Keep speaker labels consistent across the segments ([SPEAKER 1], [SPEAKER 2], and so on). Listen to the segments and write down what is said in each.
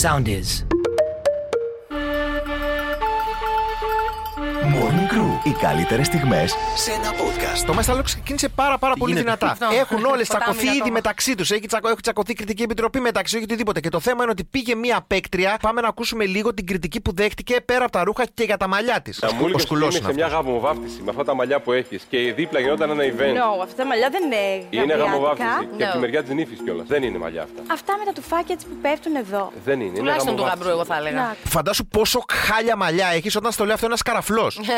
[SPEAKER 1] Sound is.
[SPEAKER 2] Morning Crew. Οι καλύτερες στιγμές σε ένα podcast.
[SPEAKER 3] Το Μαστάλο ξεκίνησε πάρα, πάρα πολύ
[SPEAKER 2] γίνεται?
[SPEAKER 3] δυνατά.
[SPEAKER 4] Αυτό.
[SPEAKER 3] Έχουν όλες
[SPEAKER 4] Ποτάμι
[SPEAKER 3] τσακωθεί
[SPEAKER 4] για
[SPEAKER 3] ήδη
[SPEAKER 4] τόμα.
[SPEAKER 3] μεταξύ τους. Έχει τσακω... Έχουν τσακωθεί η κριτική επιτροπή μεταξύ του, οτιδήποτε. Και το θέμα είναι ότι πήγε μία παίκτρια. Πάμε να ακούσουμε λίγο την κριτική που δέχτηκε πέρα από τα ρούχα και για τα μαλλιά της.
[SPEAKER 5] Τα
[SPEAKER 3] Ο
[SPEAKER 5] μούλικες σου
[SPEAKER 3] σκουλός
[SPEAKER 5] είναι σε
[SPEAKER 3] είναι
[SPEAKER 5] μια
[SPEAKER 3] αυτός.
[SPEAKER 5] γαμοβάφτιση με αυτά τα μαλλιά που έχεις. Και δίπλα γινόταν ένα event.
[SPEAKER 6] Ναι,
[SPEAKER 4] No, αυτά τα μαλλιά δεν είναι
[SPEAKER 5] Είναι γαμοβάφτιση.
[SPEAKER 4] γαβριάτικα.
[SPEAKER 5] Και από τη
[SPEAKER 6] No.
[SPEAKER 5] μεριά της νύφης κιόλας. Δεν είναι μαλλιά αυτά.
[SPEAKER 4] Αυτά με τα τουφάκια έτσι που πέφτουν εδώ.
[SPEAKER 5] Δεν είναι. είναι
[SPEAKER 6] Τουλάχιστον του
[SPEAKER 5] γαμοβάφτιση.
[SPEAKER 6] γαμπρού, εγώ θα
[SPEAKER 1] Ε,
[SPEAKER 6] έλεγα.
[SPEAKER 4] Να.
[SPEAKER 3] Φαντάσου πόσο χάλια μαλλιά έχεις όταν στο λέω αυτό ένα καραφλό.
[SPEAKER 6] Ναι.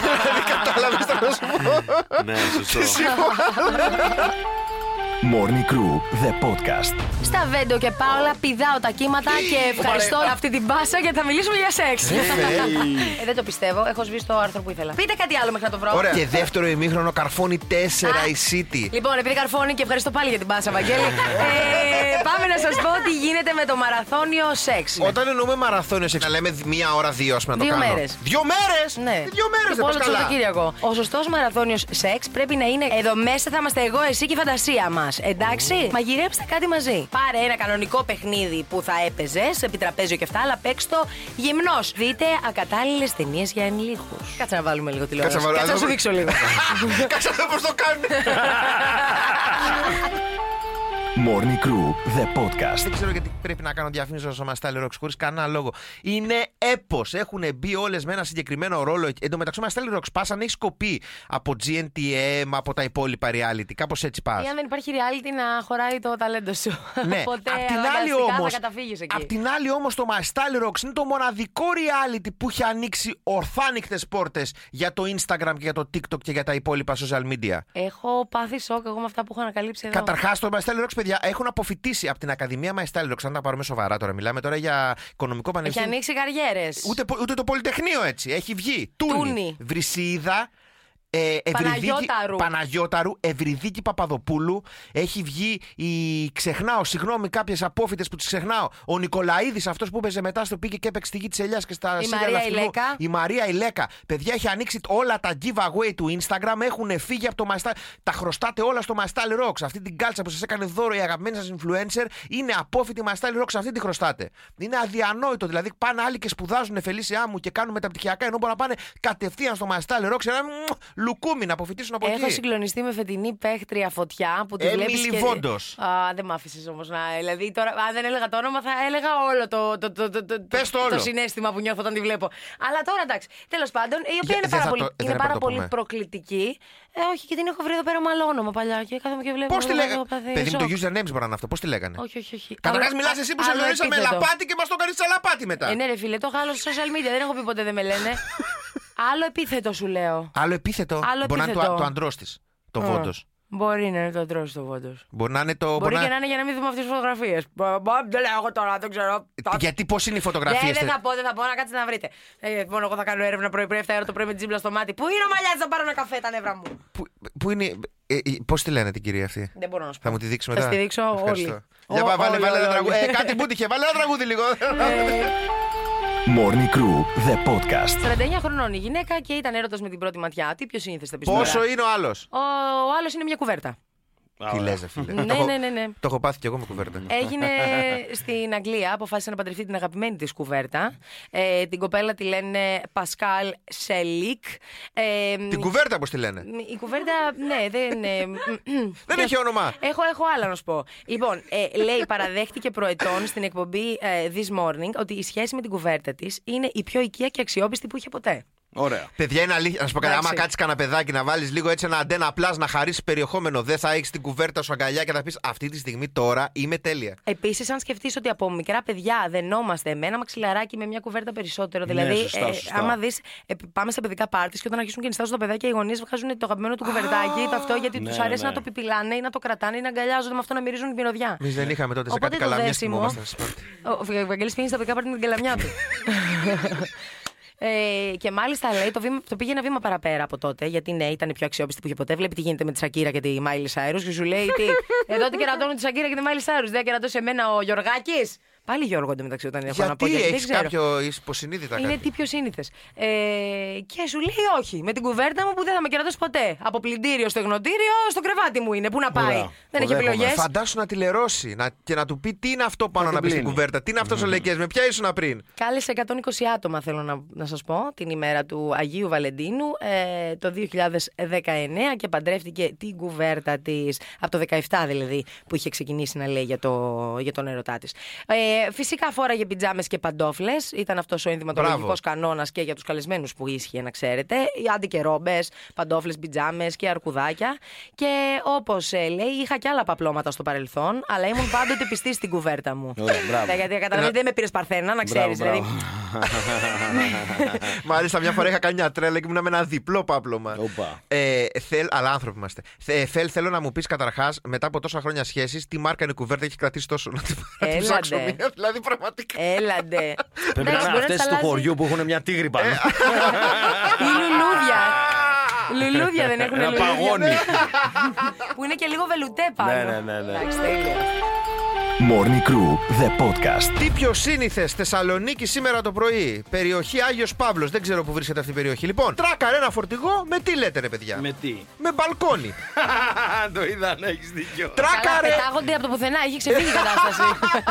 [SPEAKER 3] Δηλαδή κατάλαβε να σου πω.
[SPEAKER 7] Ναι, σωστό.
[SPEAKER 2] Morning Crew, the podcast.
[SPEAKER 6] Στα Βέντο και Πάολα πηδάω τα κύματα και ευχαριστώ αυτή την πάσα γιατί θα μιλήσουμε για σεξ. Ε, δεν το πιστεύω. Έχω σβήσει το άρθρο που ήθελα. Πείτε κάτι άλλο μέχρι να το βρω.
[SPEAKER 3] Ωραία. Και δεύτερο ημίχρονο καρφώνει 4
[SPEAKER 6] Α.
[SPEAKER 3] η City.
[SPEAKER 6] Λοιπόν, επειδή καρφώνει και ευχαριστώ πάλι για την πάσα, Βαγγέλη. ε, πάμε να σας πω τι γίνεται με το μαραθώνιο σεξ.
[SPEAKER 3] Όταν εννοούμε μαραθώνιο σεξ, να λέμε δ- μία ώρα, δύο, ας πούμε, να το
[SPEAKER 6] Δύο
[SPEAKER 3] κάνω.
[SPEAKER 6] μέρες.
[SPEAKER 3] Δύο μέρες!
[SPEAKER 6] Ναι.
[SPEAKER 3] Δύο μέρες,
[SPEAKER 6] Και
[SPEAKER 3] δεν
[SPEAKER 6] όλο
[SPEAKER 3] πας
[SPEAKER 6] το
[SPEAKER 3] καλά.
[SPEAKER 6] Σαββατοκύριακο. Ο σωστός μαραθώνιος σεξ πρέπει να είναι εδώ μέσα θα είμαστε εγώ, εσύ και η φαντασία μας. Εντάξει. Μαγειρέψτε κάτι μαζί. Πάρε ένα κανονικό παιχνίδι που θα έπαιζε, σε επιτραπέζιο και αυτά, αλλά παίξ το γυμνός. Δείτε ακατάλληλες ταινίες για ενηλίκους. Κάτσε να βάλουμε λίγο τηλεόραση.
[SPEAKER 3] Κάτσε να βάλω-
[SPEAKER 6] να σου δείξω λίγο.
[SPEAKER 3] Κάτσε εδώ πώς το κάνουν.
[SPEAKER 2] Morning Crew, the podcast.
[SPEAKER 3] Δεν ξέρω γιατί πρέπει να κάνω διαφήμιση στο Μαστάλι Ρόξ χωρίς κανένα λόγο. Είναι έπος. Έχουν μπει όλες με ένα συγκεκριμένο ρόλο. Εν τω μεταξύ, ο Μαστάλι Ρόξ πας αν έχει κοπεί από GNTM, από τα υπόλοιπα reality. Κάπως έτσι πας.
[SPEAKER 6] Ή αν δεν υπάρχει reality να χωράει το ταλέντο σου.
[SPEAKER 3] Ναι.
[SPEAKER 6] Οπότε
[SPEAKER 3] απ' την άλλη
[SPEAKER 6] αναγκαστικά
[SPEAKER 3] όμως,
[SPEAKER 6] θα καταφύγεις εκεί.
[SPEAKER 3] Απ' την άλλη όμως το My Style Rocks είναι το μοναδικό reality που έχει ανοίξει ορθάνικτες πόρτες για το Instagram και για το TikTok και για τα υπόλοιπα social media.
[SPEAKER 6] Έχω πάθει σοκ εγώ με αυτά που έχω ανακαλύψει εδώ.
[SPEAKER 3] Καταρχάς, το My Style Rocks, παιδιά, έχουν αποφυτίσει από την Ακαδημία My Style Rocks. Αν τα πάρουμε σοβαρά τώρα, μιλάμε τώρα για οικονομικό
[SPEAKER 6] Έχει
[SPEAKER 3] πανεπιστήμιο.
[SPEAKER 6] ανοίξει καριέρες.
[SPEAKER 3] Ούτε, πο- ούτε το Πολυτεχνείο έτσι. Έχει βγει. Τούνη.
[SPEAKER 6] Τούνη.
[SPEAKER 3] Βρυσίδα. Ε, Ευρυδίκη-
[SPEAKER 6] Παναγιώταρου.
[SPEAKER 3] Παναγιώταρου, Ευρυδίκη Παπαδοπούλου. Έχει βγει η. Ξεχνάω, συγγνώμη, κάποιες απόφοιτες που τις ξεχνάω. Ο Νικολαίδης, αυτός που παίζε μετά στο πήγε και έπαιξε τη γη της Ελιάς και στα
[SPEAKER 6] Η
[SPEAKER 3] σύριαλα
[SPEAKER 6] Μαρία
[SPEAKER 3] αυτού.
[SPEAKER 6] Ηλέκα.
[SPEAKER 3] Η Μαρία Ηλέκα. Παιδιά, έχει ανοίξει όλα τα giveaway του Instagram. Έχουν φύγει από το Μαστάλ. Τα χρωστάτε όλα στο Μαστάλ Rocks. Αυτή την κάλτσα που σας έκανε δώρο η αγαπημένη σας influencer είναι απόφοιτη Μαστάλ Rocks. Αυτή τη χρωστάτε. Είναι αδιανόητο. Δηλαδή πάνε άλλοι και σπουδάζουν εφελίσια μου και κάνουν μεταπτυχιακά ενώ μπορούν να πάνε κατευθείαν στο Μαστάλ Rocks ένα μμμ, λουκούμι να αποφοιτήσουν από
[SPEAKER 6] Έχω
[SPEAKER 3] εκεί.
[SPEAKER 6] συγκλονιστεί με φετινή παίχτρια φωτιά που τη
[SPEAKER 3] Έμιλι
[SPEAKER 6] βλέπει. Και...
[SPEAKER 3] Βόντος.
[SPEAKER 6] Α, δεν μ' άφησες όμως να. Δηλαδή, τώρα, αν δεν έλεγα το όνομα, θα έλεγα όλο το, το, το, το, το,
[SPEAKER 3] Πες το όλο.
[SPEAKER 6] συνέστημα που νιώθω όταν τη βλέπω. Αλλά τώρα εντάξει. Τέλος πάντων, η οποία
[SPEAKER 3] Για-
[SPEAKER 6] είναι
[SPEAKER 3] δεν
[SPEAKER 6] πάρα,
[SPEAKER 3] θα
[SPEAKER 6] πολύ,
[SPEAKER 3] το- δεν
[SPEAKER 6] είναι
[SPEAKER 3] θα
[SPEAKER 6] πάρα
[SPEAKER 3] το
[SPEAKER 6] πολύ
[SPEAKER 3] πούμε.
[SPEAKER 6] προκλητική. Ε, όχι, και την έχω βρει εδώ πέρα με άλλο όνομα παλιά. Και κάθομαι και βλέπω.
[SPEAKER 3] Πώς τη
[SPEAKER 6] εδώ,
[SPEAKER 3] λέγανε.
[SPEAKER 6] εδώ, παιδί,
[SPEAKER 3] Παιδί μου, το
[SPEAKER 6] σοκ.
[SPEAKER 3] username μπορεί να είναι αυτό. Πώς τη λέγανε.
[SPEAKER 6] Όχι, όχι, όχι.
[SPEAKER 3] Καταρχάς,
[SPEAKER 6] Άλλο-
[SPEAKER 3] μιλάς εσύ που σε
[SPEAKER 6] άλλο
[SPEAKER 3] γνωρίσαμε
[SPEAKER 6] επίθετο.
[SPEAKER 3] λαπάτι και μας το κάνεις λαπάτι μετά.
[SPEAKER 6] Ε, ναι, ρε φίλε, το έχω άλλο στο social media. Δεν έχω πει ποτέ δεν με λένε. άλλο επίθετο σου λέω.
[SPEAKER 3] Άλλο επίθετο.
[SPEAKER 6] Άλλο
[SPEAKER 3] μπορεί να είναι το,
[SPEAKER 6] επίθετο. Ε.
[SPEAKER 3] το αντρός της. Το βόντος.
[SPEAKER 6] Μπορεί να είναι το αντρός του βόντος.
[SPEAKER 3] Μπορεί να είναι το. μπορεί
[SPEAKER 6] Μπορεί και να είναι για να μην δούμε αυτές τις φωτογραφίες. Δεν λέω εγώ τώρα, δεν ξέρω.
[SPEAKER 3] Ε, Γιατί πώς είναι οι φωτογραφίες.
[SPEAKER 6] Ναι, δεν θα πω, δεν θα πω, να κάτσετε να βρείτε. Ε, μόνο εγώ θα κάνω έρευνα πρωί-πρωί, 7 ώρα το πρωί με τζίμπλα στο μάτι. Πού είναι ο μαλλιάς, θα πάρω ένα καφέ τα νεύρα μου.
[SPEAKER 3] Πού, πού είναι. Ε, πώς τη λένε την κυρία αυτή.
[SPEAKER 6] Δεν μπορώ να σου πω.
[SPEAKER 3] Θα μου τη δείξεις
[SPEAKER 6] Θα
[SPEAKER 3] μετά.
[SPEAKER 6] στη δείξω
[SPEAKER 3] Ευχαριστώ.
[SPEAKER 6] όλη.
[SPEAKER 3] Για
[SPEAKER 6] Ό-
[SPEAKER 3] πα- βάλε,
[SPEAKER 6] όλη,
[SPEAKER 3] βάλε ένα
[SPEAKER 6] όλη,
[SPEAKER 3] τραγούδι.
[SPEAKER 6] όλη. Ε,
[SPEAKER 3] Ε, κάτι που τύχε, βάλε ένα τραγούδι λίγο.
[SPEAKER 2] Morning Crew, the podcast.
[SPEAKER 6] 49 χρονών η γυναίκα και ήταν έρωτας με την πρώτη ματιά. Τι πιο σύνηθες θα πεις.
[SPEAKER 3] Πόσο είναι ο άλλος.
[SPEAKER 6] Ο, ο άλλος είναι μια κουβέρτα.
[SPEAKER 3] Τι λε, φίλε.
[SPEAKER 6] Ναι,
[SPEAKER 3] Το έχω-
[SPEAKER 6] ναι, Ε, ναι, ναι.
[SPEAKER 3] Το έχω πάθει κι εγώ με κουβέρτα.
[SPEAKER 6] Έγινε στην Αγγλία, αποφάσισε να παντρευτεί την αγαπημένη της κουβέρτα. Ε, την κοπέλα τη λένε Πασκάλ Σελίκ. Ε,
[SPEAKER 3] Την κουβέρτα, πώς τη λένε.
[SPEAKER 6] Η κουβέρτα, ναι, δεν. ε, μ, μ,
[SPEAKER 3] Δεν έχει όνομα.
[SPEAKER 6] Έχω, έχω άλλα να σου πω. Λοιπόν, ε, λέει, παραδέχτηκε προετών στην εκπομπή ε, This Morning ότι η σχέση με την κουβέρτα της είναι η πιο οικία και αξιόπιστη που είχε ποτέ.
[SPEAKER 7] Ωραία.
[SPEAKER 3] Παιδιά, είναι αλήθεια. Να σου πω κάτι.
[SPEAKER 6] Εντάξει.
[SPEAKER 3] Άμα κάτσεις κανένα παιδάκι να βάλεις λίγο έτσι ένα αντένα απλάς να χαρίσεις περιεχόμενο, δεν θα έχεις την κουβέρτα σου αγκαλιά και θα πεις Αυτή τη στιγμή τώρα είμαι τέλεια.
[SPEAKER 6] Επίσης, αν σκεφτείς ότι από μικρά παιδιά δενόμαστε με ένα μαξιλαράκι με μια κουβέρτα περισσότερο.
[SPEAKER 7] Ναι,
[SPEAKER 6] δηλαδή,
[SPEAKER 7] σωστά, σωστά.
[SPEAKER 6] άμα δεις, πάμε σε παιδικά πάρτι και όταν αρχίσουν και νιστάζουν τα παιδάκια, οι γονείς βγάζουν το αγαπημένο του κουβερτάκι, το αυτό γιατί
[SPEAKER 7] Ναι,
[SPEAKER 6] τους αρέσει
[SPEAKER 7] ναι.
[SPEAKER 6] να το πιπιλάνε ή να το κρατάνε ή να αγκαλιάζονται με αυτό να μυρίζουν την μυρωδιά.
[SPEAKER 3] Εμείς δεν είχαμε τότε σε
[SPEAKER 6] Οπότε
[SPEAKER 3] κάτι
[SPEAKER 6] το
[SPEAKER 3] καλά μια
[SPEAKER 6] δέσιμο- Ο Βαγγέλη πήγαινε στα παιδικά πάρτι με την καλαμιά του. Ε, και μάλιστα λέει το, βήμα, το πήγε ένα βήμα παραπέρα από τότε, γιατί ναι, ήταν η πιο αξιόπιστη που είχε ποτέ. Βλέπει τι γίνεται με τη Σακύρα και τη Μάιλι Σάιρους και σου λέει τι. Εδώ την κερατώνουν τη Σακύρα και τη Μάιλι Σάιρους. Δεν κερατώσει εμένα ο Γιωργάκης. Πάλι Γιώργο εντωμεταξύ όταν έχω να πω.
[SPEAKER 3] Γιατί
[SPEAKER 6] δεν
[SPEAKER 3] έχει
[SPEAKER 6] ξέρω.
[SPEAKER 3] κάποιο υποσυνείδητα
[SPEAKER 6] Είναι
[SPEAKER 3] κάτι.
[SPEAKER 6] τι πιο σύνηθες. Ε, και σου λέει όχι. Με την κουβέρτα μου που δεν θα με κερατώσει ποτέ. Από πλυντήριο στο εγνοτήριο, στο κρεβάτι μου είναι. Πού να πάει.
[SPEAKER 1] Ωραία.
[SPEAKER 6] Δεν έχει
[SPEAKER 1] Κοδεύομαι.
[SPEAKER 6] επιλογές.
[SPEAKER 3] Φαντάσου να τηλερώσει να, και να του πει τι είναι αυτό πάνω
[SPEAKER 1] την
[SPEAKER 3] να πεις στην
[SPEAKER 1] πλύνει.
[SPEAKER 3] κουβέρτα. Τι είναι αυτός ο Λεκές, με ποια ήσουν πριν.
[SPEAKER 6] Κάλεσε 120 άτομα, θέλω να, να σας πω, την ημέρα του Αγίου Βαλεντίνου ε, το 2019 και παντρεύτηκε την κουβέρτα της, από το 17 δηλαδή, που είχε ξεκινήσει να λέει για, το, για τον ερωτά της. Ε, φυσικά φόραγε πιτζάμες και παντόφλες, ήταν αυτός ο ενδυματολογικός
[SPEAKER 3] Μπράβο.
[SPEAKER 6] κανόνας και για τους καλεσμένους που ίσχυε να ξέρετε, Οι άντε και ρόμπες, παντόφλες, πιτζάμες και αρκουδάκια και όπως ε, λέει είχα και άλλα παπλώματα στο παρελθόν, αλλά ήμουν πάντοτε πιστής στην κουβέρτα μου.
[SPEAKER 1] Ωραία, μπράβο.
[SPEAKER 6] Ε, Γιατί καταλαβαίνετε δεν με πήρες παρθένα, να ξέρεις. Δηλαδή,
[SPEAKER 3] Μάλιστα, μια φορά είχα κάνει μια τρέλα και ήμουν με ένα διπλό πάπλωμα.
[SPEAKER 1] Οπα.
[SPEAKER 3] Ε, θέλ, αλλά άνθρωποι είμαστε. Θε, ε, Θέλ, θέλω να μου πεις καταρχάς, μετά από τόσα χρόνια σχέσει, τι μάρκα είναι η κουβέρτα έχει κρατήσει τόσο να την να την
[SPEAKER 6] Έλατε. Ε,
[SPEAKER 3] ψάξω μία. Δηλαδή, πραγματικά.
[SPEAKER 6] Έλαντε.
[SPEAKER 1] Πρέπει να
[SPEAKER 6] Εντάξει,
[SPEAKER 1] είναι
[SPEAKER 6] μπορεί τις
[SPEAKER 1] αυτέ του
[SPEAKER 6] αλλάζεις.
[SPEAKER 1] χωριού που έχουν μια τίγρη πάνω.
[SPEAKER 6] Ή λουλούδια. Λουλούδια δεν έχουν
[SPEAKER 1] Ένα
[SPEAKER 6] λουλούδια.
[SPEAKER 1] παγόνι.
[SPEAKER 6] Που είναι και λίγο βελουτέ πάνω.
[SPEAKER 1] Ναι, ναι, ναι, ναι.
[SPEAKER 6] Εντάξει, τέλεια.
[SPEAKER 2] Morning Crew, the podcast.
[SPEAKER 3] Τι πιο σύνηθε Θεσσαλονίκη σήμερα το πρωί. Περιοχή Άγιος Παύλος. Δεν ξέρω που βρίσκεται αυτή η περιοχή. Λοιπόν, τράκαρε ένα φορτηγό με τι λέτε, ρε παιδιά.
[SPEAKER 1] Με τι.
[SPEAKER 3] με μπαλκόνι.
[SPEAKER 1] Το είδα να έχεις δίκιο.
[SPEAKER 6] Καλά,
[SPEAKER 3] τράκαρε!
[SPEAKER 6] πετάγονται από το πουθενά. Έχει ξεφύγει η κατάσταση.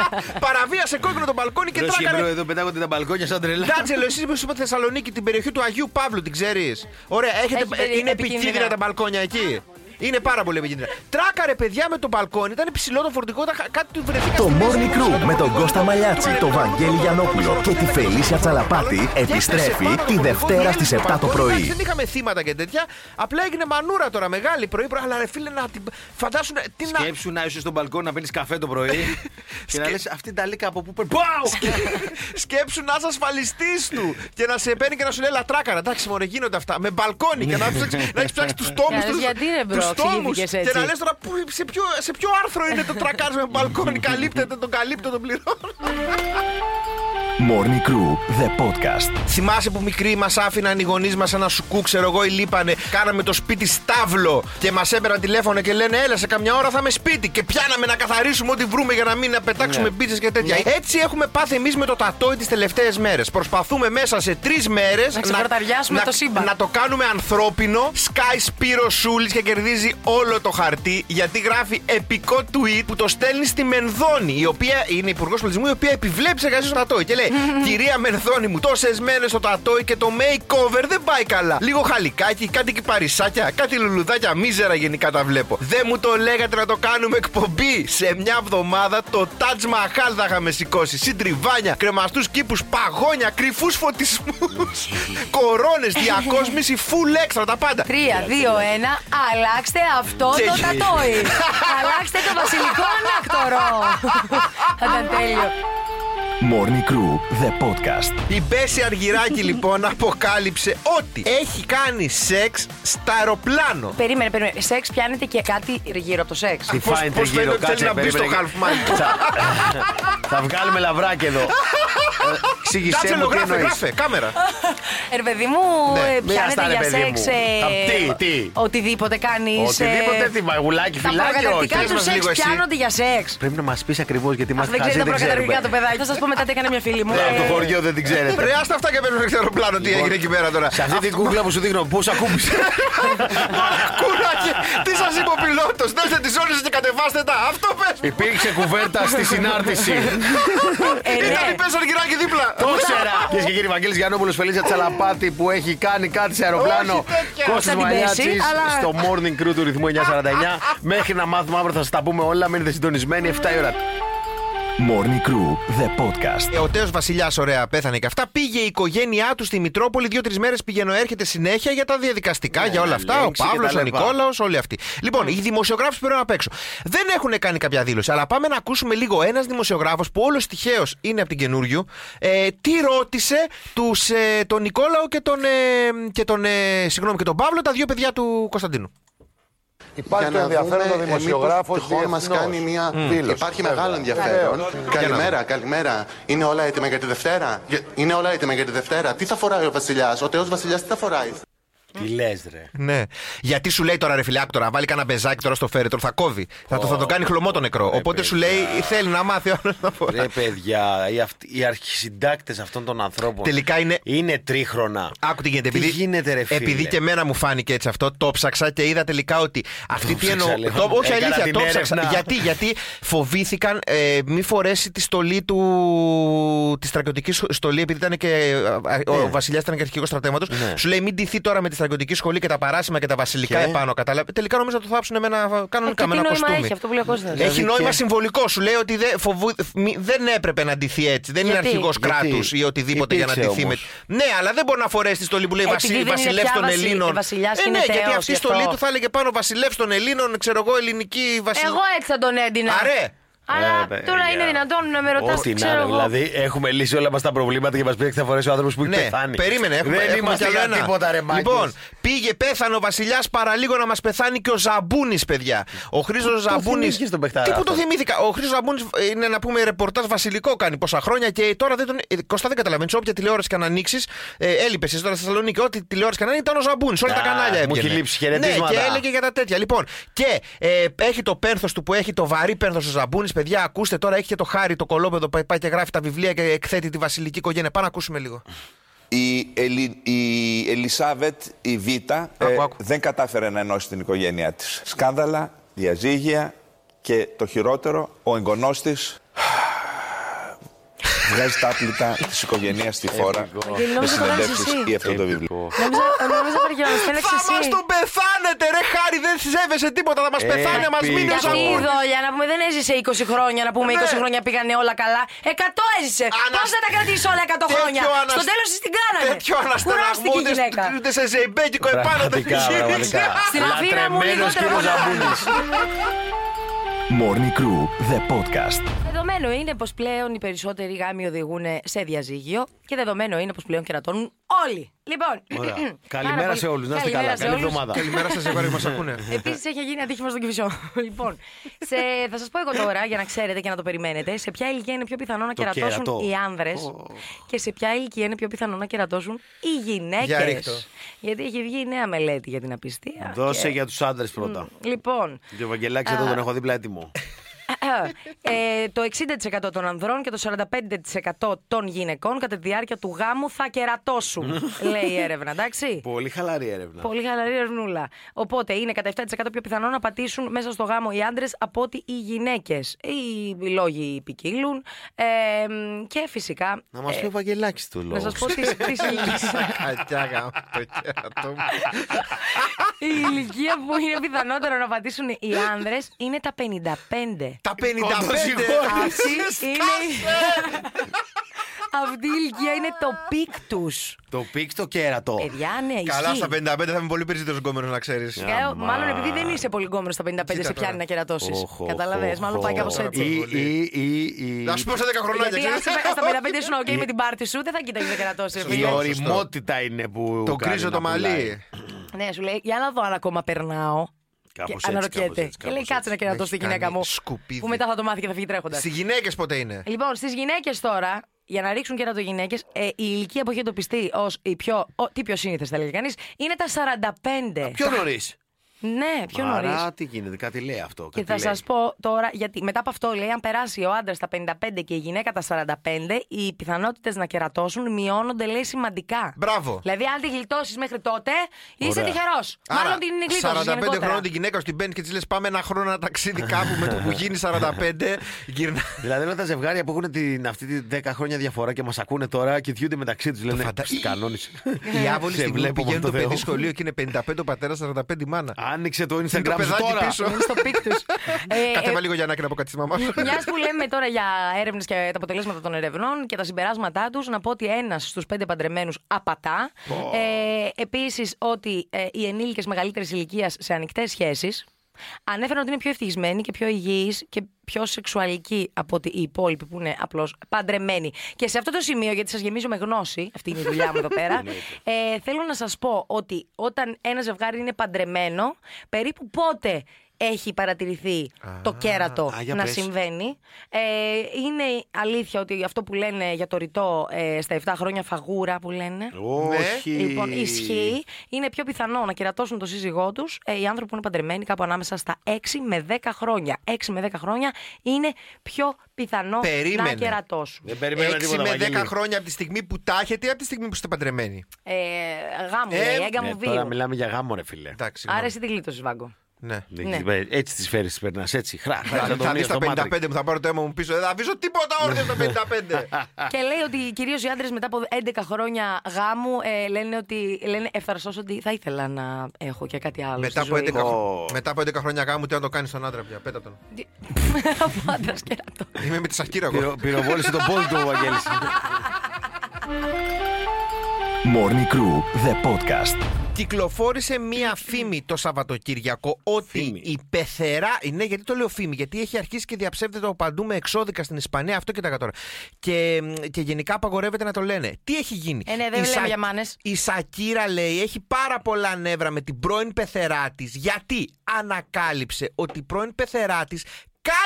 [SPEAKER 3] παραβίασε κόκκινο το μπαλκόνι και
[SPEAKER 1] Ρε
[SPEAKER 3] τράκαρε.
[SPEAKER 1] Σιμπρό, εδώ πετάγονται τα μπαλκόνια σαν τρελά.
[SPEAKER 3] Ντάτζελο, εσύ που είσαι από τη Θεσσαλονίκη, την περιοχή του Αγίου Παύλου, την ξέρεις. Ωραία, έχετε,
[SPEAKER 6] Έχει περι-
[SPEAKER 3] είναι
[SPEAKER 6] επικίνδυνα.
[SPEAKER 3] επικίνδυνα τα μπαλκόνια εκεί. Είναι πάρα πολύ επικίνδυνα. Τράκαρε παιδιά με το μπαλκόνι, ήταν ψηλό το φορτηγό, τα χα- κάτι του βρεθήκα.
[SPEAKER 2] Το
[SPEAKER 3] στη μέση,
[SPEAKER 2] Morning
[SPEAKER 3] ήταν ψηλό
[SPEAKER 2] Crew με τον
[SPEAKER 3] φορτηγό,
[SPEAKER 2] Κώστα
[SPEAKER 3] το
[SPEAKER 2] Μαλιάτση,
[SPEAKER 3] φορτηγό,
[SPEAKER 2] τον
[SPEAKER 3] το
[SPEAKER 2] Βαγγέλη
[SPEAKER 3] φορτηγό,
[SPEAKER 2] Γιανόπουλο
[SPEAKER 3] το
[SPEAKER 2] και τη
[SPEAKER 3] φορτηγό,
[SPEAKER 2] Φελίσια
[SPEAKER 3] το φορτηγό,
[SPEAKER 2] Τσαλαπάτη
[SPEAKER 3] το φορτηγό.
[SPEAKER 2] επιστρέφει
[SPEAKER 3] Έπεσε πάνω
[SPEAKER 2] τη
[SPEAKER 3] το φορτηγό,
[SPEAKER 2] Δευτέρα
[SPEAKER 3] διέλυσε
[SPEAKER 2] στις
[SPEAKER 3] το
[SPEAKER 2] 7 το
[SPEAKER 3] μπαλκόνι. Εντάξει,
[SPEAKER 2] πρωί.
[SPEAKER 3] Δεν είχαμε θύματα και τέτοια. Απλά έγινε μανούρα τώρα μεγάλη πρωί. πρωί, Αλλά ρε φίλε να την. Φαντάσουν τι να.
[SPEAKER 1] Σκέψου να είσαι στον μπαλκόνι να πίνεις καφέ το πρωί και να
[SPEAKER 3] Σκε-
[SPEAKER 1] λες αυτή τα λίκα από πού παίρνει. Πάω!
[SPEAKER 3] Σκέψου να είσαι ασφαλιστής του και να σε παίρνει και να σου λέει λατράκαρα. Εντάξει, μωρέ, γίνονται αυτά. Με μπαλκόνι και να έχεις ψάξει τους τόμου
[SPEAKER 6] Καλές,
[SPEAKER 3] του.
[SPEAKER 6] Ναι. γιατί, ρε, μπρο, εξηγήθηκες
[SPEAKER 3] Και
[SPEAKER 6] έτσι.
[SPEAKER 3] να λες τώρα «Πού- σε ποιο, σε ποιο άρθρο είναι το τρακάρι με μπαλκόνι. Καλύπτεται, τον καλύπτω, τον πληρώνω.
[SPEAKER 2] Morning Crew, the podcast.
[SPEAKER 3] Θυμάσαι που μικροί μας άφηναν οι γονείς μας ένα σουκού, ξέρω εγώ, ή λείπανε. Κάναμε το σπίτι στάβλο και μας έπαιρναν τηλέφωνο και λένε Έλα, σε καμιά ώρα θα είμαι σπίτι. Και πιάναμε να καθαρίσουμε ό,τι βρούμε για να μην να πετάξουμε
[SPEAKER 1] Ναι.
[SPEAKER 3] πίτσες και τέτοια. Έτσι έχουμε πάθει εμείς με το τατόι τις τελευταίες μέρες. Προσπαθούμε μέσα σε τρεις μέρες
[SPEAKER 6] Να ξεκορταριάσουμε το σύμπαν.
[SPEAKER 3] να το κάνουμε ανθρώπινο. Σκάει Σπύρο Σούλης και κερδίζει όλο το χαρτί γιατί γράφει επικό tweet που το στέλνει στη Μενδόνη, η οποία είναι υπουργός πολιτισμού, η οποία επιβλέπει τι εργασίε του Τατόι. Και λέει: Κυρία Μενδόνη μου, τόσες μέρες το Τατόι και το makeover δεν πάει καλά. Λίγο χαλικάκι, κάτι κυπαρισάκια, κάτι λουλουδάκια μίζερα γενικά τα βλέπω. Δεν μου το λέγατε να το κάνουμε εκπομπή. Σε μια εβδομάδα το Taj Mahal θα είχαμε σηκώσει. Συντριβάνια, κρεμαστούς κήπους, παγόνια, κρυφούς φωτισμούς, κορώνες, διακόσμηση, full extra τα πάντα.
[SPEAKER 6] Τρία, δύο, ένα. Αλλάξτε αυτό το
[SPEAKER 3] Τσέχη.
[SPEAKER 6] τατόι. Αλλάξτε το βασιλικό ανάκτορο. Θα ήταν τέλειο.
[SPEAKER 2] Morning Crew, the podcast.
[SPEAKER 3] Η Μπέση Αργυράκη λοιπόν αποκάλυψε ότι έχει κάνει σεξ στα αεροπλάνο.
[SPEAKER 6] Περίμενε, περίμενε. Σεξ πιάνεται και κάτι γύρω από το σεξ.
[SPEAKER 1] Τι
[SPEAKER 3] Πώς-
[SPEAKER 1] φάιντε
[SPEAKER 3] πώς φαίνεται
[SPEAKER 1] γύρω,
[SPEAKER 3] ότι θέλει
[SPEAKER 1] κάτσε
[SPEAKER 3] να μπει στο
[SPEAKER 1] περίμενε.
[SPEAKER 3] Half Mile.
[SPEAKER 1] Θα- Θα βγάλουμε λαβράκι εδώ. Ε, Εξήγησέ
[SPEAKER 3] Κάτσελο,
[SPEAKER 1] μου τι
[SPEAKER 3] γράφε,
[SPEAKER 1] εννοείς.
[SPEAKER 3] γράφε, κάμερα.
[SPEAKER 6] Ε, ρε παιδί μου,
[SPEAKER 3] Ναι,
[SPEAKER 6] ε,
[SPEAKER 1] μην
[SPEAKER 6] πιάνεται
[SPEAKER 1] αστάνε,
[SPEAKER 6] για
[SPEAKER 1] παιδί
[SPEAKER 6] σεξ.
[SPEAKER 1] μου.
[SPEAKER 6] ε,
[SPEAKER 1] Α, τι, τι.
[SPEAKER 6] Οτιδήποτε κάνεις.
[SPEAKER 1] Οτιδήποτε, τι μαγουλάκι,
[SPEAKER 6] Τα
[SPEAKER 1] φυλάκι, όχι.
[SPEAKER 6] προκαταρκτικά
[SPEAKER 3] Πες
[SPEAKER 6] του
[SPEAKER 3] μας
[SPEAKER 6] σεξ
[SPEAKER 3] λίγο εσύ.
[SPEAKER 6] πιάνονται για σεξ.
[SPEAKER 1] Πρέπει να μας πεις ακριβώς γιατί μα
[SPEAKER 6] Αφού δεν ξέρει
[SPEAKER 1] χάζει,
[SPEAKER 6] τα
[SPEAKER 1] δεν
[SPEAKER 6] προκαταρκτικά
[SPEAKER 1] ξέρουμε.
[SPEAKER 6] το παιδάκι. Θα σας πω μετά τι έκανε μια φίλη μου.
[SPEAKER 1] Ναι,
[SPEAKER 6] Ε,
[SPEAKER 1] από το χωριό δεν την ξέρετε. Λοιπόν,
[SPEAKER 3] Ρε, άστα αυτά και παίρνουμε στο αεροπλάνο. Τι έγινε εκεί πέρα τώρα.
[SPEAKER 1] Σε αυτή την κούκλα που σου δείχνω πώς ακούμπησε.
[SPEAKER 3] Κούρακε, τι σας είπε ο πιλότος. Δέστε τις ζώνε και κατεβάστε τα. Αυτό πες.
[SPEAKER 1] Υπήρξε κουβέρτα στη συνάρτηση.
[SPEAKER 6] ε, ναι.
[SPEAKER 3] Ήταν η Μπέση Αργυράκη δίπλα.
[SPEAKER 1] Το ξέρα. Κυρίες και κύριοι, Βαγγέλης Γιαννόπουλος, Φελίσια Τσαλαπάτη που έχει κάνει κάτι σε αεροπλάνο.
[SPEAKER 3] Όχι τέτοια.
[SPEAKER 1] Κώστας
[SPEAKER 6] Θα την πέσει,
[SPEAKER 1] Μαλιάτσης
[SPEAKER 6] αλλά-
[SPEAKER 1] στο morning crew του ρυθμού 949. Μέχρι να μάθουμε αύριο θα σας τα πούμε όλα. Μείνετε συντονισμένοι 7 η ώρα.
[SPEAKER 2] Morning Crew, the podcast.
[SPEAKER 3] Ε, Ο τέος βασιλιάς, ωραία, πέθανε και αυτά. Πήγε η οικογένειά του στη Μητρόπολη δύο-τρει μέρες πηγαίνω, έρχεται συνέχεια για τα διαδικαστικά, για όλα αυτά. Ο
[SPEAKER 1] λέξη και
[SPEAKER 3] Παύλο,
[SPEAKER 1] τα
[SPEAKER 3] ο
[SPEAKER 1] λοιπά.
[SPEAKER 3] Νικόλαος, όλοι αυτοί. Λοιπόν, οι δημοσιογράφοι πήραν απ' έξω. Δεν έχουν κάνει κάποια δήλωση, αλλά πάμε να ακούσουμε λίγο ένας δημοσιογράφος που όλος τυχαίως είναι από την καινούριου. Ε, τι ρώτησε τους, ε, τον Νικόλαο και τον, ε, και τον, ε, συγγνώμη, και τον Παύλο, τα δύο παιδιά του Κωνσταντίνου.
[SPEAKER 7] Υπάρχει το
[SPEAKER 8] Για να
[SPEAKER 7] ενδιαφέρον
[SPEAKER 8] δούμε,
[SPEAKER 7] των δημοσιογράφων
[SPEAKER 8] ε, μήπως τυχόν μας
[SPEAKER 7] διεθνώς.
[SPEAKER 8] κάνει μια δήλωση.
[SPEAKER 7] Υπάρχει
[SPEAKER 8] Βέβαια.
[SPEAKER 7] μεγάλο ενδιαφέρον.
[SPEAKER 8] Καλημέρα, καλημέρα. Είναι όλα έτοιμα για τη Δευτέρα. Γε- Είναι όλα έτοιμα για τη Δευτέρα. Τι θα φοράει ο Βασιλιάς, ο Τεό Βασιλιάς, τι θα φοράει.
[SPEAKER 1] Τι λες, ρε.
[SPEAKER 3] Ναι. Γιατί σου λέει τώρα ρε φιλάκ τώρα, βάλει κανένα μπεζάκι τώρα στο φέρετρο, θα κόβει. Θα, το, θα τον κάνει χλωμό το νεκρό.
[SPEAKER 1] ρε,
[SPEAKER 3] Οπότε σου λέει
[SPEAKER 1] παιδιά.
[SPEAKER 3] θέλει να μάθει όλο να φοράει.
[SPEAKER 1] Ρε παιδιά, οι, αυτοί- οι αρχισυντάκτες αυτών των ανθρώπων.
[SPEAKER 3] Τελικά είναι-
[SPEAKER 1] Είναι τρίχρονα.
[SPEAKER 3] Άκου τι γίνεται.
[SPEAKER 1] Τι
[SPEAKER 3] Επειδή,
[SPEAKER 1] γίνεται, ρε φίλε.
[SPEAKER 3] επειδή και εμένα μου φάνηκε έτσι αυτό, το ψάξα και είδα τελικά ότι. Αυτή τι
[SPEAKER 1] ψάξα,
[SPEAKER 3] εννοώ.
[SPEAKER 1] λέω.
[SPEAKER 3] Το, όχι
[SPEAKER 1] Έκανα
[SPEAKER 3] αλήθεια,
[SPEAKER 1] την
[SPEAKER 3] το ψάξα.
[SPEAKER 1] έρευνα.
[SPEAKER 3] Γιατί, γιατί φοβήθηκαν ε, μη φορέσει τη στολή του. τη στρατιωτική στολή, επειδή ήταν και. ε, ο βασιλιάς ήταν και αρχηγός στρατεύματος.
[SPEAKER 1] Ναι.
[SPEAKER 3] Σου λέει μην ντυθεί τώρα με τη στρατιωτική σχολή και τα παράσημα και τα βασιλικά
[SPEAKER 1] Και?
[SPEAKER 3] επάνω. Κατάλαβε. Τελικά νομίζω να το θάψουν με ένα κανονικά
[SPEAKER 6] Ε,
[SPEAKER 3] με
[SPEAKER 6] Και τι
[SPEAKER 3] ένα
[SPEAKER 6] νόημα
[SPEAKER 3] κοστούμι.
[SPEAKER 6] έχει αυτό που λέει ο Κώστας.
[SPEAKER 3] Έχει
[SPEAKER 1] Δηλαδή
[SPEAKER 3] νόημα
[SPEAKER 1] και-
[SPEAKER 3] συμβολικό. Σου λέει ότι δεν, φοβού- μη- δεν έπρεπε να ντυθεί έτσι. Δεν είναι
[SPEAKER 6] Γιατί?
[SPEAKER 3] αρχηγός
[SPEAKER 1] Γιατί?
[SPEAKER 3] κράτους ή οτιδήποτε για να
[SPEAKER 1] Υπήρξε
[SPEAKER 3] ντυθεί. Με...
[SPEAKER 1] όμως.
[SPEAKER 3] Ναι, αλλά δεν μπορεί να φορέσεις τη στολή που λέει
[SPEAKER 6] Ε, Επειδή
[SPEAKER 3] βασιλ,
[SPEAKER 6] δεν είναι
[SPEAKER 3] Βασιλεύ
[SPEAKER 6] πια
[SPEAKER 3] των
[SPEAKER 6] βασι-
[SPEAKER 3] Ελλήνων.
[SPEAKER 6] βασιλιάς,
[SPEAKER 3] ε,
[SPEAKER 6] είναι
[SPEAKER 3] ναι, γιατί
[SPEAKER 6] θεός
[SPEAKER 3] αυτή η
[SPEAKER 6] γι' αυτό.
[SPEAKER 3] στολή του θα έλεγε πάνω Βασιλεύ των Ελλήνων, ξέρω εγώ, ελληνική βασιλιά.
[SPEAKER 6] Εγώ έτσι θα τον έντυνα.
[SPEAKER 3] Αρέ!
[SPEAKER 6] Αλλά
[SPEAKER 1] Ρε,
[SPEAKER 6] τώρα
[SPEAKER 1] Ε, παιδιά.
[SPEAKER 6] είναι δυνατόν να με ρωτά.
[SPEAKER 1] Ό,τι να είναι. Δηλαδή, έχουμε λύσει όλα μας τα προβλήματα και μας πει ότι θα φορέσει ο άνθρωπος που έχει
[SPEAKER 3] Ναι,
[SPEAKER 1] πεθάνει.
[SPEAKER 3] περίμενε, έχουμε,
[SPEAKER 1] Δεν
[SPEAKER 3] έχουμε
[SPEAKER 1] είμαστε
[SPEAKER 3] κι άλλο
[SPEAKER 1] για
[SPEAKER 3] ένα.
[SPEAKER 1] τίποτα, ρε Μάκης.
[SPEAKER 3] Λοιπόν, πήγε, πέθανε ο Βασιλιάς παραλίγο να μας πεθάνει και ο Ζαμπούνης, παιδιά. Ο Χρήστος Ζαμπούνης.
[SPEAKER 1] θυμήθηκες τον παιχταρά
[SPEAKER 3] Τι που το
[SPEAKER 1] αυτό.
[SPEAKER 3] θυμήθηκα. Ο Χρήστος Ζαμπούνης είναι να πούμε ρεπορτάζ βασιλικό, κάνει πόσα χρόνια και τώρα δεν τον. ε, Κώστα δεν καταλαβαίνεις. Όποια τηλεόραση και αν ανοίξεις, ε, έλειπες εσύ τώρα στη Θεσσαλονίκη. Ό,τι τηλεόραση και αν ανοίξει, ήταν ο Ζαμπούνης. Όλα τα
[SPEAKER 1] Α,
[SPEAKER 3] κανάλια
[SPEAKER 1] μου
[SPEAKER 3] έβγαινε.
[SPEAKER 1] έχει λείψει,
[SPEAKER 3] Ναι,
[SPEAKER 1] χαιρετίσματα.
[SPEAKER 3] και έλεγε για τα τέτοια. Λοιπόν, και ε, έχει το πένθο του που έχει το βαρύ πένθο ο Ζαμπούνης, παιδιά. Ακούστε τώρα, έχει και το χάρι το κολόπεδο που πάει και γράφει τα βιβλία και εκθέτει τη βασιλική οικογένεια. Πάμε να ακούσουμε λίγο.
[SPEAKER 9] Η, Ελι... η Ελισάβετ, η Β, ε,
[SPEAKER 3] Άκου, άκου.
[SPEAKER 9] δεν κατάφερε να ενώσει την οικογένειά της. Σκάνδαλα, διαζύγια και το χειρότερο, ο εγγονός της βγάζει τα άπλυτα της οικογένειας στη φόρα
[SPEAKER 6] Νόμιζα
[SPEAKER 9] με
[SPEAKER 6] το κάνεις
[SPEAKER 9] συνεντεύξεις
[SPEAKER 6] εσύ.
[SPEAKER 9] ή αυτό το βιβλίο.
[SPEAKER 6] Νόμιζα νόμιζα, Ε, παιδιά, να στέλνεις
[SPEAKER 3] Θα
[SPEAKER 6] εσύ.
[SPEAKER 3] μας τον πεθάνετε, ρε χάρη, δεν σέβεσαι τίποτα. Θα μας
[SPEAKER 1] Ε,
[SPEAKER 3] πεθάνε, μας μείνει ο
[SPEAKER 1] πήγα.
[SPEAKER 6] Γιατί η
[SPEAKER 3] Ζαμπούνη.
[SPEAKER 6] δόλια να πούμε δεν έζησε 20 χρόνια, να
[SPEAKER 3] Ε,
[SPEAKER 6] πούμε
[SPEAKER 3] ναι.
[SPEAKER 6] 20 χρόνια πήγανε όλα καλά. 100 έζησε.
[SPEAKER 3] Ανα-
[SPEAKER 6] Πώς θα τα κρατήσεις όλα 100
[SPEAKER 3] Τέτοιο
[SPEAKER 6] χρόνια.
[SPEAKER 3] ανα-
[SPEAKER 6] Στο τέλος τη την κάνανε.
[SPEAKER 3] Τέτοιο
[SPEAKER 6] Κουράστηκε
[SPEAKER 3] αναστεναγμό
[SPEAKER 6] η γυναίκα.
[SPEAKER 3] ούτε- ούτε σε ζεϊμπέκικο επάνω δεν
[SPEAKER 1] Πραγματικά,
[SPEAKER 3] γύρισε.
[SPEAKER 1] πραγματικά.
[SPEAKER 6] Στην Αθήνα μου
[SPEAKER 1] Λατρεμένος
[SPEAKER 6] λιγότερο
[SPEAKER 1] κύριος
[SPEAKER 6] γονατά.
[SPEAKER 1] Ζαμπούνης.
[SPEAKER 2] Morning Crew, the podcast.
[SPEAKER 6] Δεδομένο είναι πως πλέον οι περισσότεροι γάμοι οδηγούν σε διαζύγιο και δεδομένο είναι πως πλέον κερατώνουν όλοι. Λοιπόν.
[SPEAKER 1] Ωραία.
[SPEAKER 6] πάρα
[SPEAKER 1] Καλημέρα
[SPEAKER 6] πολύ-
[SPEAKER 1] σε όλους. Να είστε καλά.
[SPEAKER 6] καλημέρα σε
[SPEAKER 1] Καλή
[SPEAKER 6] όλους.
[SPEAKER 1] εβδομάδα.
[SPEAKER 3] Καλημέρα σας, ζευγάρι μας ακούνε.
[SPEAKER 6] Επίσης έχει γίνει ατύχημα στον κυφισό. λοιπόν, σε, θα σας πω εγώ τώρα για να ξέρετε και να το περιμένετε σε ποια ηλικία είναι πιο πιθανό να κερατώσουν
[SPEAKER 1] κέρατο.
[SPEAKER 6] οι άνδρες και σε ποια ηλικία είναι πιο πιθανό να κερατώσουν οι
[SPEAKER 3] Για
[SPEAKER 6] γυναίκε.
[SPEAKER 3] ρίχτω.
[SPEAKER 6] Γιατί έχει βγει η νέα μελέτη για την απιστία.
[SPEAKER 1] Δώσε
[SPEAKER 6] και-
[SPEAKER 1] για τους άντρες πρώτα.
[SPEAKER 6] Λοιπόν,
[SPEAKER 1] Και ο Βαγγελάκης εδώ τον έχω δίπλα έτοιμο.
[SPEAKER 6] ε, το 60% των ανδρών και το 45% των γυναικών κατά τη διάρκεια του γάμου θα κερατώσουν, λέει η έρευνα, εντάξει.
[SPEAKER 1] Πολύ χαλαρή έρευνα.
[SPEAKER 6] Πολύ χαλαρή ερνούλα. Οπότε είναι κατά 7% πιο πιθανό να πατήσουν μέσα στο γάμο οι άντρες από ότι οι γυναίκες. Οι λόγοι ποικίλουν. Ε, μ, και φυσικά.
[SPEAKER 1] Να μας πει ο Βαγγελάκης του
[SPEAKER 6] Ε, Να
[SPEAKER 1] λόγου.
[SPEAKER 6] σας πω τι ηλικία.
[SPEAKER 3] Κατιάγα, το κέρατο μου.
[SPEAKER 6] Η ηλικία που είναι πιθανότερο να πατήσουν οι άνδρες είναι τα 55.
[SPEAKER 3] Τα 55
[SPEAKER 6] Αυτή είναι. Αυτή η ηλικία είναι το πικ τους.
[SPEAKER 1] Το πικ το κέρατο.
[SPEAKER 6] Παιδιά, ναι, ισχύει.
[SPEAKER 3] Καλά, στα 55 θα είμαι πολύ περισσότερος γκόμενος να ξέρεις.
[SPEAKER 1] Ναι.
[SPEAKER 6] Ε, Μάλλον επειδή δεν είσαι πολύ γκόμενος στα 55,
[SPEAKER 3] Κοίτα
[SPEAKER 6] σε πιάνει
[SPEAKER 3] τώρα.
[SPEAKER 6] να κερατώσεις.
[SPEAKER 1] Οχ, οχ,
[SPEAKER 6] Καταλαβέ,
[SPEAKER 1] οχ,
[SPEAKER 6] μάλλον πάει
[SPEAKER 1] οχ.
[SPEAKER 6] κάπω έτσι. Ε,
[SPEAKER 1] Ή- ή- ή- ή-
[SPEAKER 3] Να σου πω στα 10 χρονάκια,
[SPEAKER 6] Γιατί αν
[SPEAKER 3] ξέρεις.
[SPEAKER 6] στα στα 55 ήσουν ok με την πάρτη σου, δεν θα κοίταγες να κερατώσεις. ρε
[SPEAKER 1] Η
[SPEAKER 6] φίλε.
[SPEAKER 1] οριμότητα είναι που.
[SPEAKER 3] Το
[SPEAKER 1] κάνει
[SPEAKER 3] κρίζο
[SPEAKER 1] να
[SPEAKER 3] το
[SPEAKER 1] πουλάει.
[SPEAKER 3] μαλλί.
[SPEAKER 6] Ναι, σου λέει, για να δω αν ακόμα περνάω.
[SPEAKER 1] Κάπως
[SPEAKER 6] Και
[SPEAKER 1] έτσι, κάπως
[SPEAKER 6] αναρωτιέται.
[SPEAKER 1] έτσι,
[SPEAKER 6] Και λέει,
[SPEAKER 1] κάπως
[SPEAKER 6] κάτσε να κερατώσει τη
[SPEAKER 3] Έχει
[SPEAKER 6] γυναίκα
[SPEAKER 3] κάνει
[SPEAKER 6] μου.
[SPEAKER 3] σκουπίδι.
[SPEAKER 6] Που μετά θα το μάθει και θα φύγει τρέχοντας.
[SPEAKER 3] Στις γυναίκες πότε είναι.
[SPEAKER 6] Λοιπόν, στις γυναίκες τώρα, για να ρίξουν κερατογυναίκε, ε, η ηλικία που έχει εντοπιστεί ως η πιο. Ο, τι πιο σύνηθες θα έλεγε κανείς, είναι τα 45.
[SPEAKER 1] Πιο νωρίς.
[SPEAKER 6] Ναι, Ε, πιο νωρί.
[SPEAKER 1] Άρα τι γίνεται, κάτι λέει αυτό.
[SPEAKER 6] Και
[SPEAKER 1] κάτι
[SPEAKER 6] θα
[SPEAKER 1] λέει.
[SPEAKER 6] σας πω τώρα, γιατί μετά από αυτό λέει, αν περάσει ο άντρας τα 55 και η γυναίκα τα 45, οι πιθανότητες να κερατώσουν μειώνονται, λέει, σημαντικά.
[SPEAKER 3] Μπράβο.
[SPEAKER 6] Δηλαδή, αν τη γλιτώσεις μέχρι τότε, είσαι
[SPEAKER 1] Ωραία.
[SPEAKER 6] τυχερός. Μάλλον την γλίτωσες
[SPEAKER 3] 45
[SPEAKER 6] γενικότερα.
[SPEAKER 3] χρόνων την γυναίκα σου την παίρνεις και της λες: Πάμε ένα χρόνο ένα ταξίδι κάπου με το που γίνει 45. Γυρνά.
[SPEAKER 1] Δηλαδή όλα τα ζευγάρια που έχουν την, αυτή τη 10 χρόνια διαφορά και μας ακούνε τώρα και διούνται μεταξύ τους. Λένε
[SPEAKER 3] φαντα-
[SPEAKER 1] «Ψ, κανόνισε».
[SPEAKER 6] Ε,
[SPEAKER 3] Οι άβολοι
[SPEAKER 1] Σε
[SPEAKER 3] στην
[SPEAKER 1] βλέπω
[SPEAKER 3] Κούπη πηγαίνουν
[SPEAKER 1] με
[SPEAKER 3] το
[SPEAKER 1] τον
[SPEAKER 3] παιδί
[SPEAKER 1] Θεό.
[SPEAKER 3] σχολείο και είναι 55 ο πατέρας, 45 η μάνα.
[SPEAKER 1] Άνοιξε το
[SPEAKER 3] Είναι
[SPEAKER 1] Instagram
[SPEAKER 3] το
[SPEAKER 1] σου
[SPEAKER 3] παιδάκι
[SPEAKER 1] τώρα.
[SPEAKER 3] πίσω.
[SPEAKER 6] Είναι στο πικ τους. Ε,
[SPEAKER 3] Κατέβα λίγο για να και να πω κάτι στη μαμά σου.
[SPEAKER 6] Μιας που λέμε τώρα για έρευνες και τα αποτελέσματα των ερευνών και τα συμπεράσματά τους, να πω ότι ένας στους πέντε παντρεμένους απατά. Ε, Επίσης ότι ε, οι ενήλικες μεγαλύτερης ηλικίας σε ανοιχτές σχέσεις ανέφεραν ότι είναι πιο ευτυχισμένοι και πιο υγιείς και πιο σεξουαλικοί από ότι οι υπόλοιποι που είναι απλώς παντρεμένοι. Και σε αυτό το σημείο, γιατί σας γεμίζω με γνώση, αυτή είναι η δουλειά μου εδώ πέρα,
[SPEAKER 3] Ναι,
[SPEAKER 6] ε, θέλω να σας πω ότι όταν ένα ζευγάρι είναι παντρεμένο, περίπου πότε έχει παρατηρηθεί το κέρατο
[SPEAKER 3] α, για
[SPEAKER 6] να
[SPEAKER 3] πες.
[SPEAKER 6] συμβαίνει. Ε, είναι αλήθεια ότι αυτό που λένε για το ρητό ε, στα 7 χρόνια φαγούρα που λένε.
[SPEAKER 1] Όχι.
[SPEAKER 3] Ναι.
[SPEAKER 6] Λοιπόν, ισχύει. Είναι πιο πιθανό να κερατώσουν το σύζυγό τους οι άνθρωποι που είναι παντρεμένοι κάπου ανάμεσα στα 6 με 10 χρόνια. 6 με 10 χρόνια είναι πιο πιθανό
[SPEAKER 3] Περίμενε.
[SPEAKER 6] να κερατώσουν.
[SPEAKER 1] Δεν περιμένω
[SPEAKER 3] 6
[SPEAKER 1] τίποτα,
[SPEAKER 3] με 10
[SPEAKER 1] Βαγγέλη.
[SPEAKER 3] χρόνια από τη στιγμή που τάχετε ή από τη στιγμή που είστε παντρεμένοι.
[SPEAKER 6] Ε, γάμου,
[SPEAKER 3] Ε,
[SPEAKER 6] λέει,
[SPEAKER 1] Ναι,
[SPEAKER 6] έγκαμου
[SPEAKER 1] Τώρα
[SPEAKER 6] βίου.
[SPEAKER 1] μιλάμε για γάμο, ρε φίλε.
[SPEAKER 3] Εντάξει. συγγνώμη.
[SPEAKER 6] Άρα εσύ τη γλίτωσες, Βάγκο.
[SPEAKER 3] Ναι.
[SPEAKER 1] Δεν- Έτσι τις φέρεις, περνάς έτσι. Χρά,
[SPEAKER 3] Θα,
[SPEAKER 1] χρά, σαν τον
[SPEAKER 3] θα δει
[SPEAKER 1] Νίο
[SPEAKER 3] τα
[SPEAKER 1] στο
[SPEAKER 3] 55
[SPEAKER 1] Matrix.
[SPEAKER 3] που θα πάρω το αίμα μου πίσω. Δεν θα αφήσω τίποτα όρθιο στα 55.
[SPEAKER 6] και λέει ότι κυρίως οι άντρες μετά από 11 χρόνια γάμου ε, λένε ότι λένε ευθαρσώς ότι θα ήθελα να έχω και κάτι άλλο.
[SPEAKER 3] μετά,
[SPEAKER 6] στη
[SPEAKER 3] από
[SPEAKER 6] ζωή
[SPEAKER 3] 11,
[SPEAKER 6] μου».
[SPEAKER 3] χρο- μετά από 11 χρόνια γάμου, τι να το κάνεις στον άντρα πια. Πέτα τον.
[SPEAKER 6] Από άντρα κερατό.
[SPEAKER 3] Είμαι με τη Σακύρα εγώ.
[SPEAKER 1] Πυρο- Πυροβόλησε τον πόλ του ο Βαγγέλης.
[SPEAKER 2] Morning Crew, the podcast.
[SPEAKER 3] Κυκλοφόρησε μία φήμη το Σαββατοκύριακο ότι
[SPEAKER 1] Φήμη.
[SPEAKER 3] η πεθερά. Ναι, γιατί το λέω φήμη, γιατί έχει αρχίσει και διαψεύδεται από παντού με εξώδικα στην Ισπανία. Αυτό και τα κατώρα. Και, και γενικά απαγορεύεται να το λένε. Τι έχει γίνει.
[SPEAKER 6] Ε, ναι, δεν
[SPEAKER 3] Η
[SPEAKER 6] μιλάμε
[SPEAKER 3] Σα-
[SPEAKER 6] για μάνες.
[SPEAKER 3] Η Σακύρα λέει έχει πάρα πολλά νεύρα με την πρώην πεθερά της. Γιατί ανακάλυψε ότι η πρώην πεθερά της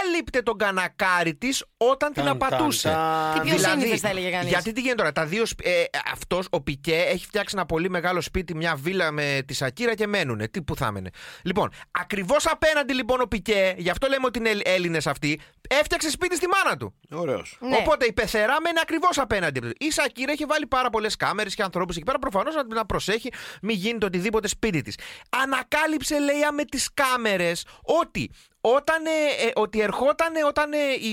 [SPEAKER 3] κάλυπτε τον κανακάρι της όταν την
[SPEAKER 1] Ταν, ταν,
[SPEAKER 3] απατούσε.
[SPEAKER 1] ταν.
[SPEAKER 6] Τι πιο σύνηθες θα έλεγε κανείς.
[SPEAKER 3] Δηλαδή, Γιατί τι γίνεται τώρα, τα δύο, σπ- ε, αυτός ο Πικέ έχει φτιάξει ένα πολύ μεγάλο σπίτι, μια βίλα με τη Σακύρα και μένουνε. Τι που θα μένε. Λοιπόν, ακριβώς απέναντι λοιπόν ο Πικέ, γι' αυτό λέμε ότι είναι Έλληνες αυτοί, έφτιαξε σπίτι στη μάνα του.
[SPEAKER 1] Ωραίος.
[SPEAKER 6] Ναι.
[SPEAKER 3] Οπότε η πεθερά μένει ακριβώς απέναντι. Η Σακύρα έχει βάλει πάρα πολλές κάμερες και ανθρώπους εκεί πέρα. Προφανώς να, να προσέχει, μην γίνεται οτιδήποτε σπίτι της. Ανακάλυψε, λέει, α, με τις κάμερες ότι. Όταν, ε, ε, ότι ερχόταν όταν ε, η,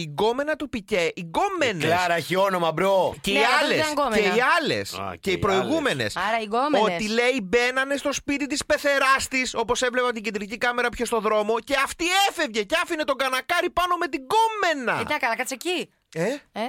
[SPEAKER 3] η γκόμενα του Πικέ, οι γκόμενες,
[SPEAKER 1] Κλάρα έχει όνομα, μπρο.
[SPEAKER 3] και
[SPEAKER 6] Ναι,
[SPEAKER 3] οι
[SPEAKER 6] αλλά δεν
[SPEAKER 3] άλλες.
[SPEAKER 6] ήταν γκόμενα.
[SPEAKER 3] Και οι άλλες.
[SPEAKER 1] Α,
[SPEAKER 3] Και,
[SPEAKER 1] και
[SPEAKER 3] οι
[SPEAKER 1] οι
[SPEAKER 3] προηγούμενες.
[SPEAKER 6] άλλες. Άρα οι γκόμενες.
[SPEAKER 3] Ότι λέει μπαίνανε στο σπίτι της πεθερά τη, όπω έβλεπα την κεντρική κάμερα πιο στο δρόμο, και αυτή έφευγε και άφηνε τον κανακάρι πάνω με την γκόμενα.
[SPEAKER 6] Ε, τι να κάνω, κάτσε εκεί.
[SPEAKER 3] Ε?
[SPEAKER 6] Ε?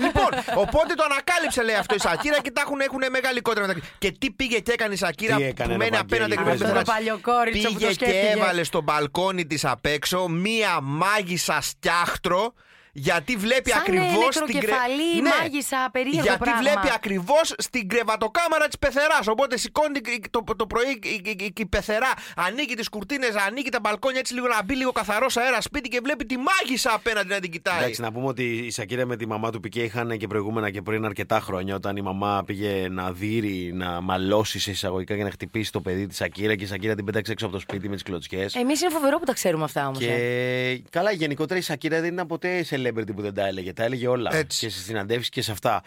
[SPEAKER 3] λοιπόν, οπότε το ανακάλυψε λέει αυτό η Σακύρα και τα έχουν, έχουνε μεγάλη κόντρα μεταξύ. Και τι πήγε και έκανε η Σακύρα
[SPEAKER 1] Τι
[SPEAKER 3] που
[SPEAKER 1] έκανε, ρε
[SPEAKER 3] μένει
[SPEAKER 1] Βαγγέλη,
[SPEAKER 3] απέναντι
[SPEAKER 1] πες
[SPEAKER 3] ακριβώς
[SPEAKER 1] μας.
[SPEAKER 3] στην
[SPEAKER 6] Το παλιοκόριτσο που το
[SPEAKER 3] Πήγε και
[SPEAKER 6] σκέφτηκε.
[SPEAKER 3] έβαλε στο μπαλκόνι της απ' έξω μία μάγισσα στιάχτρο. Γιατί βλέπει
[SPEAKER 6] Σαν
[SPEAKER 3] ακριβώς την Ναι,
[SPEAKER 6] ελεκτροκεφαλή, μάγισσα, περίεργο
[SPEAKER 3] Γιατί
[SPEAKER 6] πράγμα.
[SPEAKER 3] βλέπει ακριβώς στην κρεβατοκάμαρα της πεθεράς. Οπότε σηκώνει την- το, το πρωί η, η- η- η πεθερά, ανοίγει τις κουρτίνες, ανοίγει τα μπαλκόνια έτσι λίγο να μπει λίγο καθαρός αέρας σπίτι και βλέπει τη μάγισσα απέναντι να την κοιτάει.
[SPEAKER 1] Εντάξει, να πούμε ότι η Σακύρα με τη μαμά του Πικέ είχαν και προηγούμενα και πριν αρκετά χρόνια. Όταν η μαμά πήγε να δείρει, να μαλώσει σε εισαγωγικά και να χτυπήσει το παιδί της Σακύρα και η Σακύρα την πέταξε έξω από το σπίτι με τις κλωτσιές.
[SPEAKER 6] Εμείς είναι φοβερό που τα ξέρουμε αυτά όμως. Ε.
[SPEAKER 1] Και καλά, γενικότερα η Σακύρα δεν ήταν ποτέ celebrity που δεν τα έλεγε. Τα έλεγε όλα.
[SPEAKER 3] Έτσι.
[SPEAKER 1] Και σε συναντεύξει και σε αυτά.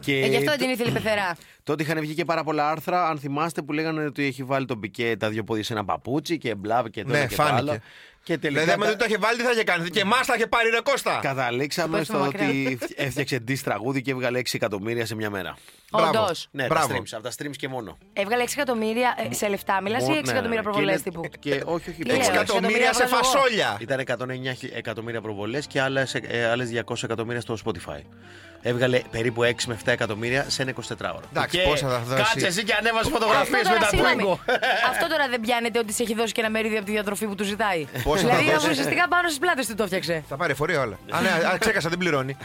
[SPEAKER 1] Και
[SPEAKER 6] Ε, γι' αυτό δεν την
[SPEAKER 1] τ-
[SPEAKER 6] ήθελε η πεθερά.
[SPEAKER 1] Τότε είχαν βγει και πάρα πολλά άρθρα, αν θυμάστε, που λέγανε ότι έχει βάλει τον Πικέ τα δύο πόδια σε ένα παπούτσι και μπλαβ και τώρα
[SPEAKER 3] Ναι,
[SPEAKER 1] και
[SPEAKER 3] φάνηκε.
[SPEAKER 1] το άλλο. Και τελικά.
[SPEAKER 3] Δηλαδή, άμα
[SPEAKER 1] τα-
[SPEAKER 3] δεν το είχε βάλει, τι θα είχε κάνει. Και εμάς θα είχε πάρει ρε Κώστα.
[SPEAKER 1] Καταλήξαμε
[SPEAKER 6] Πέφτουμε
[SPEAKER 1] στο
[SPEAKER 6] μακριά.
[SPEAKER 1] ότι έφτιαξε ντυ τραγούδι και έβγαλε 6 εκατομμύρια σε μια μέρα.
[SPEAKER 3] Μπράβο.
[SPEAKER 6] Όντως.
[SPEAKER 1] Ναι,
[SPEAKER 3] Μπράβο.
[SPEAKER 1] τα streams, από τα streams και μόνο.
[SPEAKER 6] Έβγαλε 6 εκατομμύρια ε, σε λεφτά. Μιλάς ή 6
[SPEAKER 1] Μόνο- ναι,
[SPEAKER 6] εκατομμύρια
[SPEAKER 1] ναι, ναι.
[SPEAKER 6] προβολές
[SPEAKER 1] Και
[SPEAKER 6] τύπου.
[SPEAKER 1] είναι- Και όχι, όχι.
[SPEAKER 6] Τι
[SPEAKER 1] προβολές.
[SPEAKER 6] λέω,
[SPEAKER 3] Εκατομμύρια σε
[SPEAKER 6] εκατομμύρια βάλω εγώ.
[SPEAKER 3] φασόλια.
[SPEAKER 1] Ήταν 109 εκατομμύρια προβολές και άλλες άλλες 200 εκατομμύρια στο Spotify. Έβγαλε περίπου 6 με 7 εκατομμύρια σε ένα 24ωρο.
[SPEAKER 3] Εντάξει,
[SPEAKER 1] Και
[SPEAKER 3] πόσα θα δώσει.
[SPEAKER 1] Κάτσε εσύ και ανέβασε φωτογραφίε με
[SPEAKER 6] τώρα,
[SPEAKER 1] τα
[SPEAKER 6] συγγνώμη.
[SPEAKER 1] Twingo.
[SPEAKER 6] Αυτό τώρα δεν πιάνεται ότι σε έχει δώσει και ένα μερίδιο από τη διατροφή που του ζητάει.
[SPEAKER 1] Ε,
[SPEAKER 3] Πόσο θα
[SPEAKER 6] δηλαδή
[SPEAKER 3] δώσει?
[SPEAKER 6] ουσιαστικά πάνω στις πλάτες του το έφτιαξε.
[SPEAKER 3] Θα πάρει εφορία όλα. Α, ναι, α, ξέχασα, δεν πληρώνει.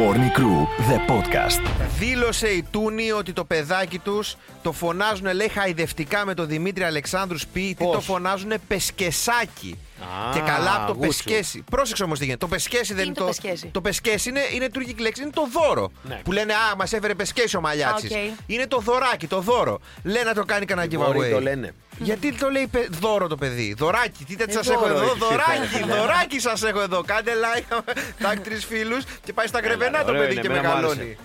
[SPEAKER 2] Morning Crew, the podcast.
[SPEAKER 3] Δήλωσε η Τούνη ότι το παιδάκι τους το φωνάζουν, λέει, χαϊδευτικά με τον Δημήτρη Αλεξάνδρους Σπίτι.
[SPEAKER 1] Πώς?
[SPEAKER 3] Το φωνάζουν πεσκεσάκι.
[SPEAKER 1] Α,
[SPEAKER 3] και καλά από το
[SPEAKER 1] γούτσου.
[SPEAKER 3] πεσκέσι. Πρόσεξε όμως τι γίνεται. Το πεσκέσι δεν
[SPEAKER 6] είναι το πεσκέσι?
[SPEAKER 3] Το πεσκέσι είναι, είναι τουρκική λέξη. Είναι το δώρο.
[SPEAKER 1] Ναι.
[SPEAKER 3] Που λένε Α, μας έφερε πεσκέσι ο μαλλιάτσι.
[SPEAKER 6] Α, οκ.
[SPEAKER 3] Είναι το δωράκι, το δώρο. Λέει να το κάνει κανένα
[SPEAKER 1] Οι Βόρειοι
[SPEAKER 3] giveaway.
[SPEAKER 1] το λένε.
[SPEAKER 3] Γιατί το λέει πε- δώρο το παιδί. Δωράκι, τι
[SPEAKER 1] Ε,
[SPEAKER 3] σας έχω
[SPEAKER 1] δώρο
[SPEAKER 3] εδώ.
[SPEAKER 1] έχει,
[SPEAKER 3] Δωράκι,
[SPEAKER 1] φίλε.
[SPEAKER 3] δωράκι σας έχω εδώ. Κάντε like, tag τρεις φίλους και πάει στα κρεβενά
[SPEAKER 1] ρε,
[SPEAKER 3] το
[SPEAKER 1] ωραίο
[SPEAKER 3] παιδί
[SPEAKER 1] είναι,
[SPEAKER 3] και
[SPEAKER 1] εμένα μου άρεσε.
[SPEAKER 3] μεγαλώνει.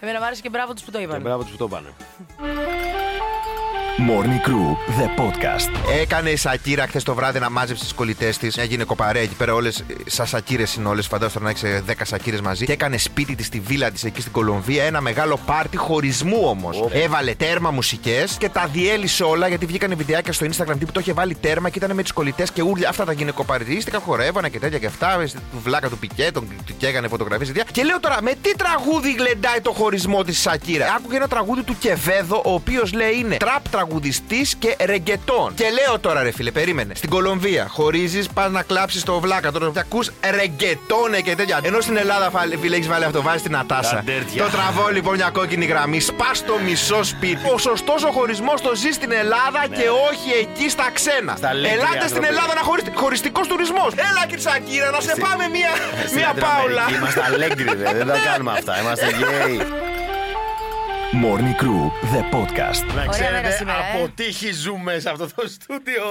[SPEAKER 6] Εμένα μου άρεσε και μπράβο τους που το
[SPEAKER 1] Και
[SPEAKER 6] είπαν.
[SPEAKER 1] μπράβο τους που το πάνε.
[SPEAKER 2] Morning Crew, the podcast.
[SPEAKER 3] Έκανε η Σακύρα χθες το βράδυ να μάζεψε τις κολλητές της. Μια γυναικοπαρέα εκεί πέρα, όλες σαν σακύρες είναι όλες. Φαντάζομαι να έχει 10 σακύρες μαζί. Και έκανε σπίτι της στη βίλα της εκεί στην Κολομβία. Ένα μεγάλο πάρτι χωρισμού όμως. Έβαλε τέρμα μουσικές και τα διέλυσε όλα γιατί βγήκανε βιντεάκια στο Instagram τύπου το είχε βάλει τέρμα και ήταν με τις κολλητές και ούρλια. Αυτά τα γυναικοπαρίστηκα, χορεύανε και τέτοια και αυτά. ε, Του βλάκα του πικέ, τον του καίγανε φωτογραφίε και τέτοια. Και λέω τώρα με τι τραγούδι γλεντάει το χωρισμό της Σακύρα. Άκουγε ένα τραγούδι του Κεβέδο, ο οποίος λέει είναι τραπ τραγούδι τραγουδιστής και ρεγκετόν. Και λέω τώρα, ρε φίλε, περίμενε. Στην Κολομβία χωρίζεις, πας να κλάψεις το βλάκα. Τώρα θα ακού ρεγκετόνε και τέτοια. Ενώ στην Ελλάδα, φα- φίλε, έχεις βάλει αυτό, βάζεις την ατάσα.
[SPEAKER 1] Τα ντέρτια.
[SPEAKER 3] Το τραβώ λοιπόν μια κόκκινη γραμμή. Σπάς το μισό σπίτι. Ο σωστός ο χωρισμός το ζει στην Ελλάδα
[SPEAKER 1] Ναι.
[SPEAKER 3] και όχι εκεί στα ξένα.
[SPEAKER 1] Στα λέξη,
[SPEAKER 3] Ελάτε
[SPEAKER 1] άνθρωποι.
[SPEAKER 3] στην Ελλάδα να χωριστεί. Χωριστικός τουρισμός. Έλα, Κυρσακύρα, να σε πάμε μια,
[SPEAKER 1] Στην
[SPEAKER 3] μια
[SPEAKER 1] Λατινοαμερική
[SPEAKER 3] πάουλα.
[SPEAKER 1] Είμαστε αλέγκρι, ρε. δεν τα κάνουμε αυτά. Είμαστε γκέι.
[SPEAKER 2] Morning Crew, the podcast.
[SPEAKER 1] Να ξέρετε,
[SPEAKER 6] μέρα σήμερα, ε.
[SPEAKER 1] από τύχη ζούμε σε αυτό το στούντιο.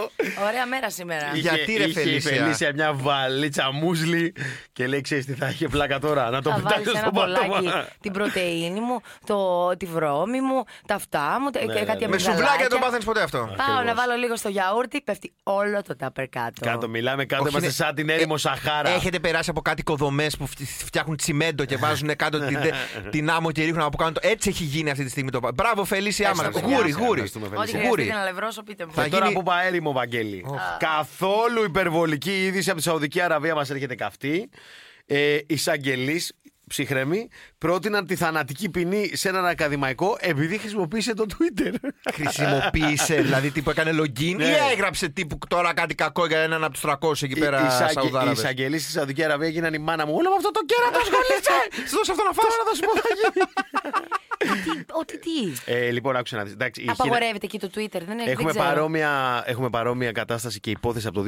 [SPEAKER 6] Ωραία μέρα σήμερα.
[SPEAKER 1] Είχε-
[SPEAKER 3] Γιατί, ρε,
[SPEAKER 1] είχε η
[SPEAKER 3] Φελίσια?
[SPEAKER 1] Φελίσια μια βαλίτσα μουσλι και λέει: Ξέρεις τι θα έχει πλάκα τώρα, να το
[SPEAKER 6] θα βάλεις
[SPEAKER 1] πετάξω
[SPEAKER 6] ένα
[SPEAKER 1] στο
[SPEAKER 6] μπολάκι
[SPEAKER 1] πατώμα.
[SPEAKER 6] την πρωτεΐνη μου, το, τη βρώμη μου, τα αυτά μου, τα-
[SPEAKER 1] ναι,
[SPEAKER 6] κάτι
[SPEAKER 1] ναι.
[SPEAKER 3] Με σουβλάκια δεν το
[SPEAKER 6] αμυγδαλάκια.
[SPEAKER 3] πάθαινες ποτέ αυτό.
[SPEAKER 6] Πάω να βάλω λίγο στο γιαούρτι, πέφτει όλο το τάπερ κάτω.
[SPEAKER 1] Κάτω μιλάμε, κάτω
[SPEAKER 3] Όχι,
[SPEAKER 1] είμαστε
[SPEAKER 3] είναι- ε,
[SPEAKER 1] σαν την έρημο Σαχάρα.
[SPEAKER 3] Έχετε περάσει από κάτι οικοδομέ που φτι- φτιάχνουν τσιμέντο και βάζουν κάτω την, την άμμο και ρίχνουν από κάτω. το- Έτσι έχει γίνει αυτή τη στιγμή το πα- Μπράβο, Φελίση Άμαρα.
[SPEAKER 1] Ευχαριστούμε,
[SPEAKER 3] Γούρι,
[SPEAKER 1] Φελίσια.
[SPEAKER 3] γούρι.
[SPEAKER 1] Ευχαριστούμε,
[SPEAKER 6] Ό,τι
[SPEAKER 1] Φελίσια.
[SPEAKER 3] Γούρι.
[SPEAKER 6] χρειαστείτε να λευρώσω, πείτε μου. Ε,
[SPEAKER 3] Θα
[SPEAKER 1] Και τώρα
[SPEAKER 3] γίνει-
[SPEAKER 1] που είπα έρημο, Βαγγέλη. Καθόλου υπερβολική είδηση από τη Σαουδική Αραβία μας έρχεται καυτή. Ε, Εισαγγελεί, ψυχρέμοι, πρότειναν τη θανατική ποινή σε έναν ακαδημαϊκό επειδή χρησιμοποίησε το Twitter.
[SPEAKER 3] Χρησιμοποίησε, δηλαδή τύπου έκανε login
[SPEAKER 1] Ναι.
[SPEAKER 3] ή έγραψε τύπου τώρα κάτι κακό για έναν από τους 300 εκεί πέρα
[SPEAKER 1] Οι
[SPEAKER 3] Σαουδάραβες.
[SPEAKER 1] εισαγγελεί Ε, στη Σαουδική Αραβία έγιναν η μάνα μου. Όλο με αυτό το κέρατος ασχολείσαι! Σου δώσε αυτό να φας. Τώρα θα σου πω θα γίνει.
[SPEAKER 6] Ό,τι τι.
[SPEAKER 1] Ε, λοιπόν, άκουσα να δεις. Εντάξει, η Χίνα-
[SPEAKER 6] Απαγορεύεται εκεί το Twitter, δεν είναι
[SPEAKER 1] Έχουμε παρόμοια, έχουμε παρόμοια κατάσταση και υπόθεση από το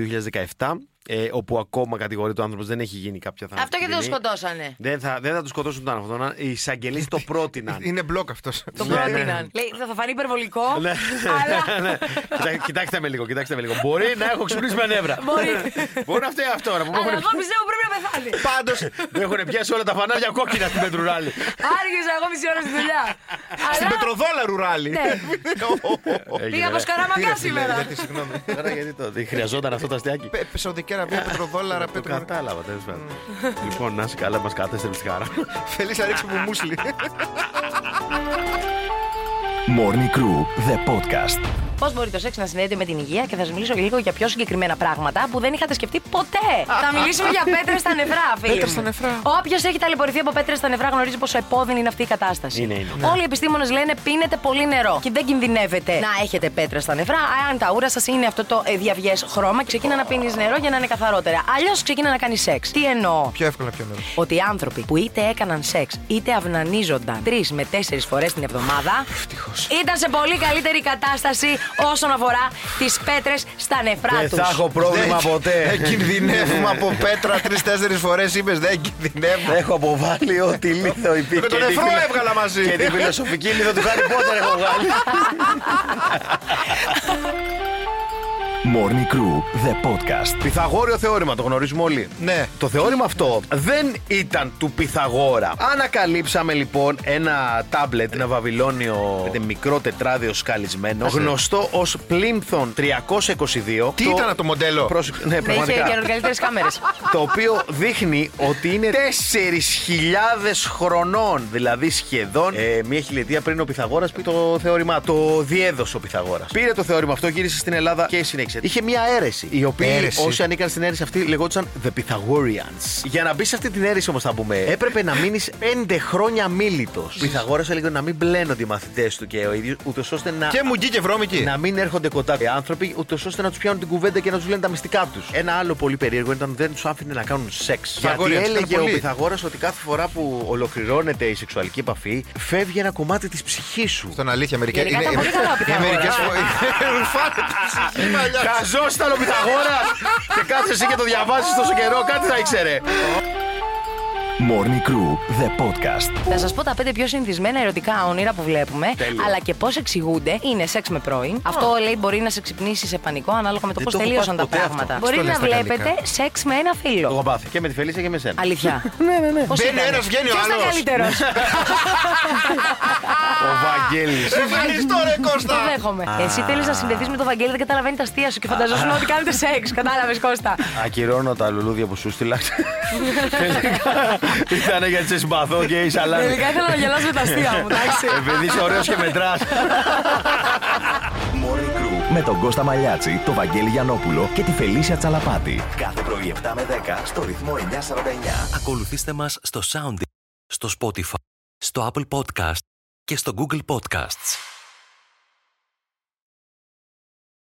[SPEAKER 1] 2017, ε, όπου ακόμα κατηγορείται ο άνθρωπο δεν έχει γίνει κάποια θανατική
[SPEAKER 6] Αυτό γιατί τον
[SPEAKER 1] ποινή.
[SPEAKER 6] σκοτώσανε.
[SPEAKER 1] Δεν θα, δεν θα του σκοτώσουν τον αυτόν. Οι εισαγγελείς το πρότειναν.
[SPEAKER 3] Είναι μπλοκ αυτός.
[SPEAKER 6] Το πρότειναν. Λέει, θα θα φανεί υπερβολικό,
[SPEAKER 1] Ναι. Ναι.
[SPEAKER 6] αλλά
[SPEAKER 1] Κοιτά- κοιτάξτε με λίγο, κοιτάξτε με λίγο. Μπορεί να έχω ξυπνήσει με νεύρα.
[SPEAKER 6] μπορεί.
[SPEAKER 1] Μπορεί να φταίει αυτό ρε, που μου
[SPEAKER 6] Αλλά
[SPEAKER 1] έχουν
[SPEAKER 6] εγώ πιστεύω πρέπει να πεθάνει.
[SPEAKER 3] Πάντως.
[SPEAKER 1] με έχουν πιάσει όλα τα φανάρια κόκκινα στην Ε, Πετρούραλη.
[SPEAKER 6] Άργησα εγώ μισή ώρα στη δουλειά.
[SPEAKER 3] Στην
[SPEAKER 6] Αλλά-
[SPEAKER 3] Πετροδόλα ρουράλι.
[SPEAKER 6] Ναι.
[SPEAKER 1] Έγινε,
[SPEAKER 6] Πήγα
[SPEAKER 1] ρε.
[SPEAKER 6] από σκαραμακιά σήμερα.
[SPEAKER 3] Γιατί, συγγνώμη.
[SPEAKER 1] Τώρα γιατί το. τι, Χρειαζόταν αυτό το αστιάκι.
[SPEAKER 3] Πε- Σαουδικέρα, μία πετροδόλαρα,
[SPEAKER 1] Το
[SPEAKER 3] πέτρο.
[SPEAKER 1] κατάλαβα, τέλος πάντων. Λοιπόν, να είσαι καλά, μας κατέστρεψε τη χαρά.
[SPEAKER 3] Φελίσια ρίξε μου μουσλι.
[SPEAKER 2] Morning Crew, the podcast.
[SPEAKER 6] Πώς μπορεί το σεξ να συνδέεται με την υγεία και θα σας μιλήσω λίγο για πιο συγκεκριμένα πράγματα που δεν είχατε σκεφτεί ποτέ. θα μιλήσουμε για πέτρες στα νεφρά, φίλοι.
[SPEAKER 3] Πέτρες στα νεφρά.
[SPEAKER 6] Όποιος έχει ταλαιπωρηθεί από πέτρες στα νεφρά γνωρίζει πόσο επώδυνη είναι αυτή η κατάσταση.
[SPEAKER 1] Είναι, είναι.
[SPEAKER 6] Όλοι οι επιστήμονες λένε πίνετε πολύ νερό και δεν κινδυνεύετε να έχετε πέτρες στα νεφρά. Αν τα ούρα σας είναι αυτό το ε, διαυγέ χρώμα, ξεκίνα να πίνεις νερό για να είναι καθαρότερα. Αλλιώς ξεκίνα να κάνεις σεξ. Τι εννοώ.
[SPEAKER 3] Πιο εύκολα, πιο νερό.
[SPEAKER 6] Ότι οι άνθρωποι που είτε έκαναν σεξ είτε αυνανίζονταν τρεις με τέσσερις φορές την εβδομάδα. Ήταν σε πολύ καλύτερη κατάσταση όσον αφορά τις πέτρες στα νεφρά Ναι,
[SPEAKER 1] Δεν
[SPEAKER 6] τους.
[SPEAKER 1] Ε, θα έχω πρόβλημα
[SPEAKER 3] Δεν-
[SPEAKER 1] ποτέ.
[SPEAKER 3] Δεν κινδυνεύουμε από πέτρα τρει-τέσσερι φορές, είπες. Δεν κινδυνεύουμε.
[SPEAKER 1] Έχω αποβάλει ό,τι λίθο υπήρχε.
[SPEAKER 3] Με τον
[SPEAKER 1] Και τη
[SPEAKER 3] εφρό
[SPEAKER 1] φιλο-
[SPEAKER 3] έβγαλα μαζί.
[SPEAKER 1] Και τη φιλοσοφική λίθο του Χάρη Πότερ έχω βγάλει.
[SPEAKER 2] Morning Crew, the podcast.
[SPEAKER 1] Πυθαγόριο θεώρημα, το γνωρίζουμε όλοι.
[SPEAKER 3] Ναι.
[SPEAKER 1] Το θεώρημα αυτό δεν ήταν του Πυθαγόρα. Ανακαλύψαμε λοιπόν ένα τάμπλετ, ένα βαβυλώνιο με μικρό τετράδιο σκαλισμένο, γνωστό ως Plinthon 322.
[SPEAKER 3] Τι ήταν το μοντέλο?
[SPEAKER 1] Πρόσεξε, Ναι,
[SPEAKER 6] Ναι, είχε
[SPEAKER 1] πραγματικά.
[SPEAKER 6] και καλύτερε κάμερες.
[SPEAKER 1] το οποίο δείχνει ότι είναι 4.000 χρονών, δηλαδή σχεδόν ε, μία χιλιετία πριν ο Πυθαγόρας πει το θεώρημά του. Το διέδωσε ο Πυθαγόρας. Πήρε το θεώρημα αυτό, γύρισε στην Ελλάδα και συνέχισε. Είχε μία αίρεση. Οι οποίοι
[SPEAKER 3] Αίρεση.
[SPEAKER 1] όσοι ανήκαν στην αίρεση αυτή λεγόντουσαν The Pythagoreans. Για να μπει σε αυτή την αίρεση όμως, θα πούμε, έπρεπε να μείνεις 5 χρόνια μίλητος. Ο Πυθαγόρα έλεγε να μην μπλένονται οι μαθητές του και ο ίδιος, ούτως ώστε να
[SPEAKER 3] Και μουγγί και βρώμικη.
[SPEAKER 1] να μην έρχονται κοντά οι άνθρωποι, ούτως ώστε να τους πιάνουν την κουβέντα και να τους λένε τα μυστικά τους. Ένα άλλο πολύ περίεργο ήταν δεν τους άφηνε να κάνουν σεξ. Γιατί
[SPEAKER 3] Πυθαγόρια, τους
[SPEAKER 1] έλεγε
[SPEAKER 3] έκανε
[SPEAKER 1] ο
[SPEAKER 3] πολύ.
[SPEAKER 1] Πυθαγόρα ότι κάθε φορά που ολοκληρώνεται η σεξουαλική επαφή, φεύγει ένα κομμάτι της ψυχής σου.
[SPEAKER 3] Στον αλήθεια, μερικέ.
[SPEAKER 6] Γενικά ήταν πολύ καλά ο Πυθαγόρας.
[SPEAKER 3] Μερικέ φορέ.
[SPEAKER 1] Καζό ήταν ο Πυθαγόρας! και κάθε εσύ και το διαβάζεις τόσο καιρό, κάτι θα ήξερε.
[SPEAKER 2] Morning Crew, the podcast.
[SPEAKER 6] Θα σας πω τα πέντε πιο συνηθισμένα ερωτικά όνειρα που βλέπουμε, αλλά και πώς εξηγούνται. Είναι σεξ με πρώην. Αυτό λέει μπορεί να σε ξυπνήσει σε πανικό ανάλογα με το
[SPEAKER 1] Δεν
[SPEAKER 6] πώς
[SPEAKER 1] το έχω
[SPEAKER 6] τελείωσαν τα
[SPEAKER 1] πάθει ποτέ
[SPEAKER 6] πράγματα.
[SPEAKER 1] αυτό.
[SPEAKER 6] Μπορεί
[SPEAKER 3] Στο
[SPEAKER 6] να
[SPEAKER 3] λες τα γαλλικά.
[SPEAKER 6] βλέπετε σεξ με ένα
[SPEAKER 1] Το έχω
[SPEAKER 6] φίλο.
[SPEAKER 1] πάθει και με τη Φελίσσα και με σένα.
[SPEAKER 6] Αλήθεια. ναι, ναι, ναι.
[SPEAKER 3] Μπαίνει ένας, βγαίνει ο
[SPEAKER 6] Ποιος ήταν
[SPEAKER 3] άλλος.
[SPEAKER 6] καλύτερος.
[SPEAKER 1] Ο Βαγγέλης.
[SPEAKER 3] Ευχαριστώ, ρε
[SPEAKER 6] Το
[SPEAKER 3] Ε, Κώστα.
[SPEAKER 6] δέχομαι. Εσύ θέλεις να συνδεθείς με τον Βαγγέλη, δεν καταλαβαίνει τα αστεία σου και φανταζόσουν ότι κάνετε σεξ. Κατάλαβες, Κώστα.
[SPEAKER 1] Ακυρώνω τα λουλούδια που σου στείλα. Τελικά ήταν γιατί σε συμπαθώ και είσαι αλλά.
[SPEAKER 6] Τελικά ήθελα να γελάσω με τα αστεία μου, εντάξει.
[SPEAKER 1] Επειδή είσαι ωραίος και μετράς.
[SPEAKER 2] Morning Crew με τον Κώστα Μαλιάτση, τον Βαγγέλη Γιανόπουλο και τη Φελίσια Τσαλαπάτη. Κάθε πρωί 7 με 10 στο ρυθμό 949.
[SPEAKER 10] Ακολουθήστε μας στο Soundist, στο Spotify, στο Apple Podcast και στο Google Podcasts.